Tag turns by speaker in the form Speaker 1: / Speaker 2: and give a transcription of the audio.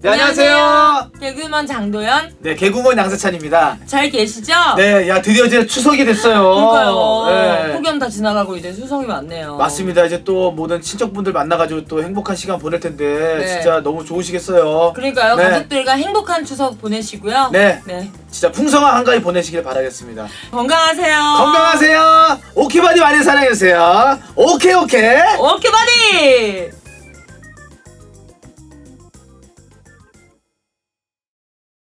Speaker 1: 네, 안녕하세요.
Speaker 2: 개그먼 장도연
Speaker 1: 네, 개구먼 양세찬입니다.
Speaker 2: 잘 계시죠?
Speaker 1: 네, 야 드디어 이제 추석이 됐어요.
Speaker 2: 그러니까요.
Speaker 1: 네.
Speaker 2: 폭염 다 지나가고 이제 수성이 왔네요.
Speaker 1: 맞습니다. 이제 또 모든 친척분들 만나가지고 또 행복한 시간 보낼 텐데
Speaker 2: 네.
Speaker 1: 진짜 너무 좋으시겠어요.
Speaker 2: 그러니까요.
Speaker 1: 네.
Speaker 2: 가족들과 행복한 추석 보내시고요.
Speaker 1: 네.
Speaker 2: 네.
Speaker 1: 진짜 풍성한 한가위 보내시길 바라겠습니다.
Speaker 2: 건강하세요.
Speaker 1: 건강하세요. 오케바디 많이 사랑해주세요. 오케이 오케이.
Speaker 2: 오케이 바디.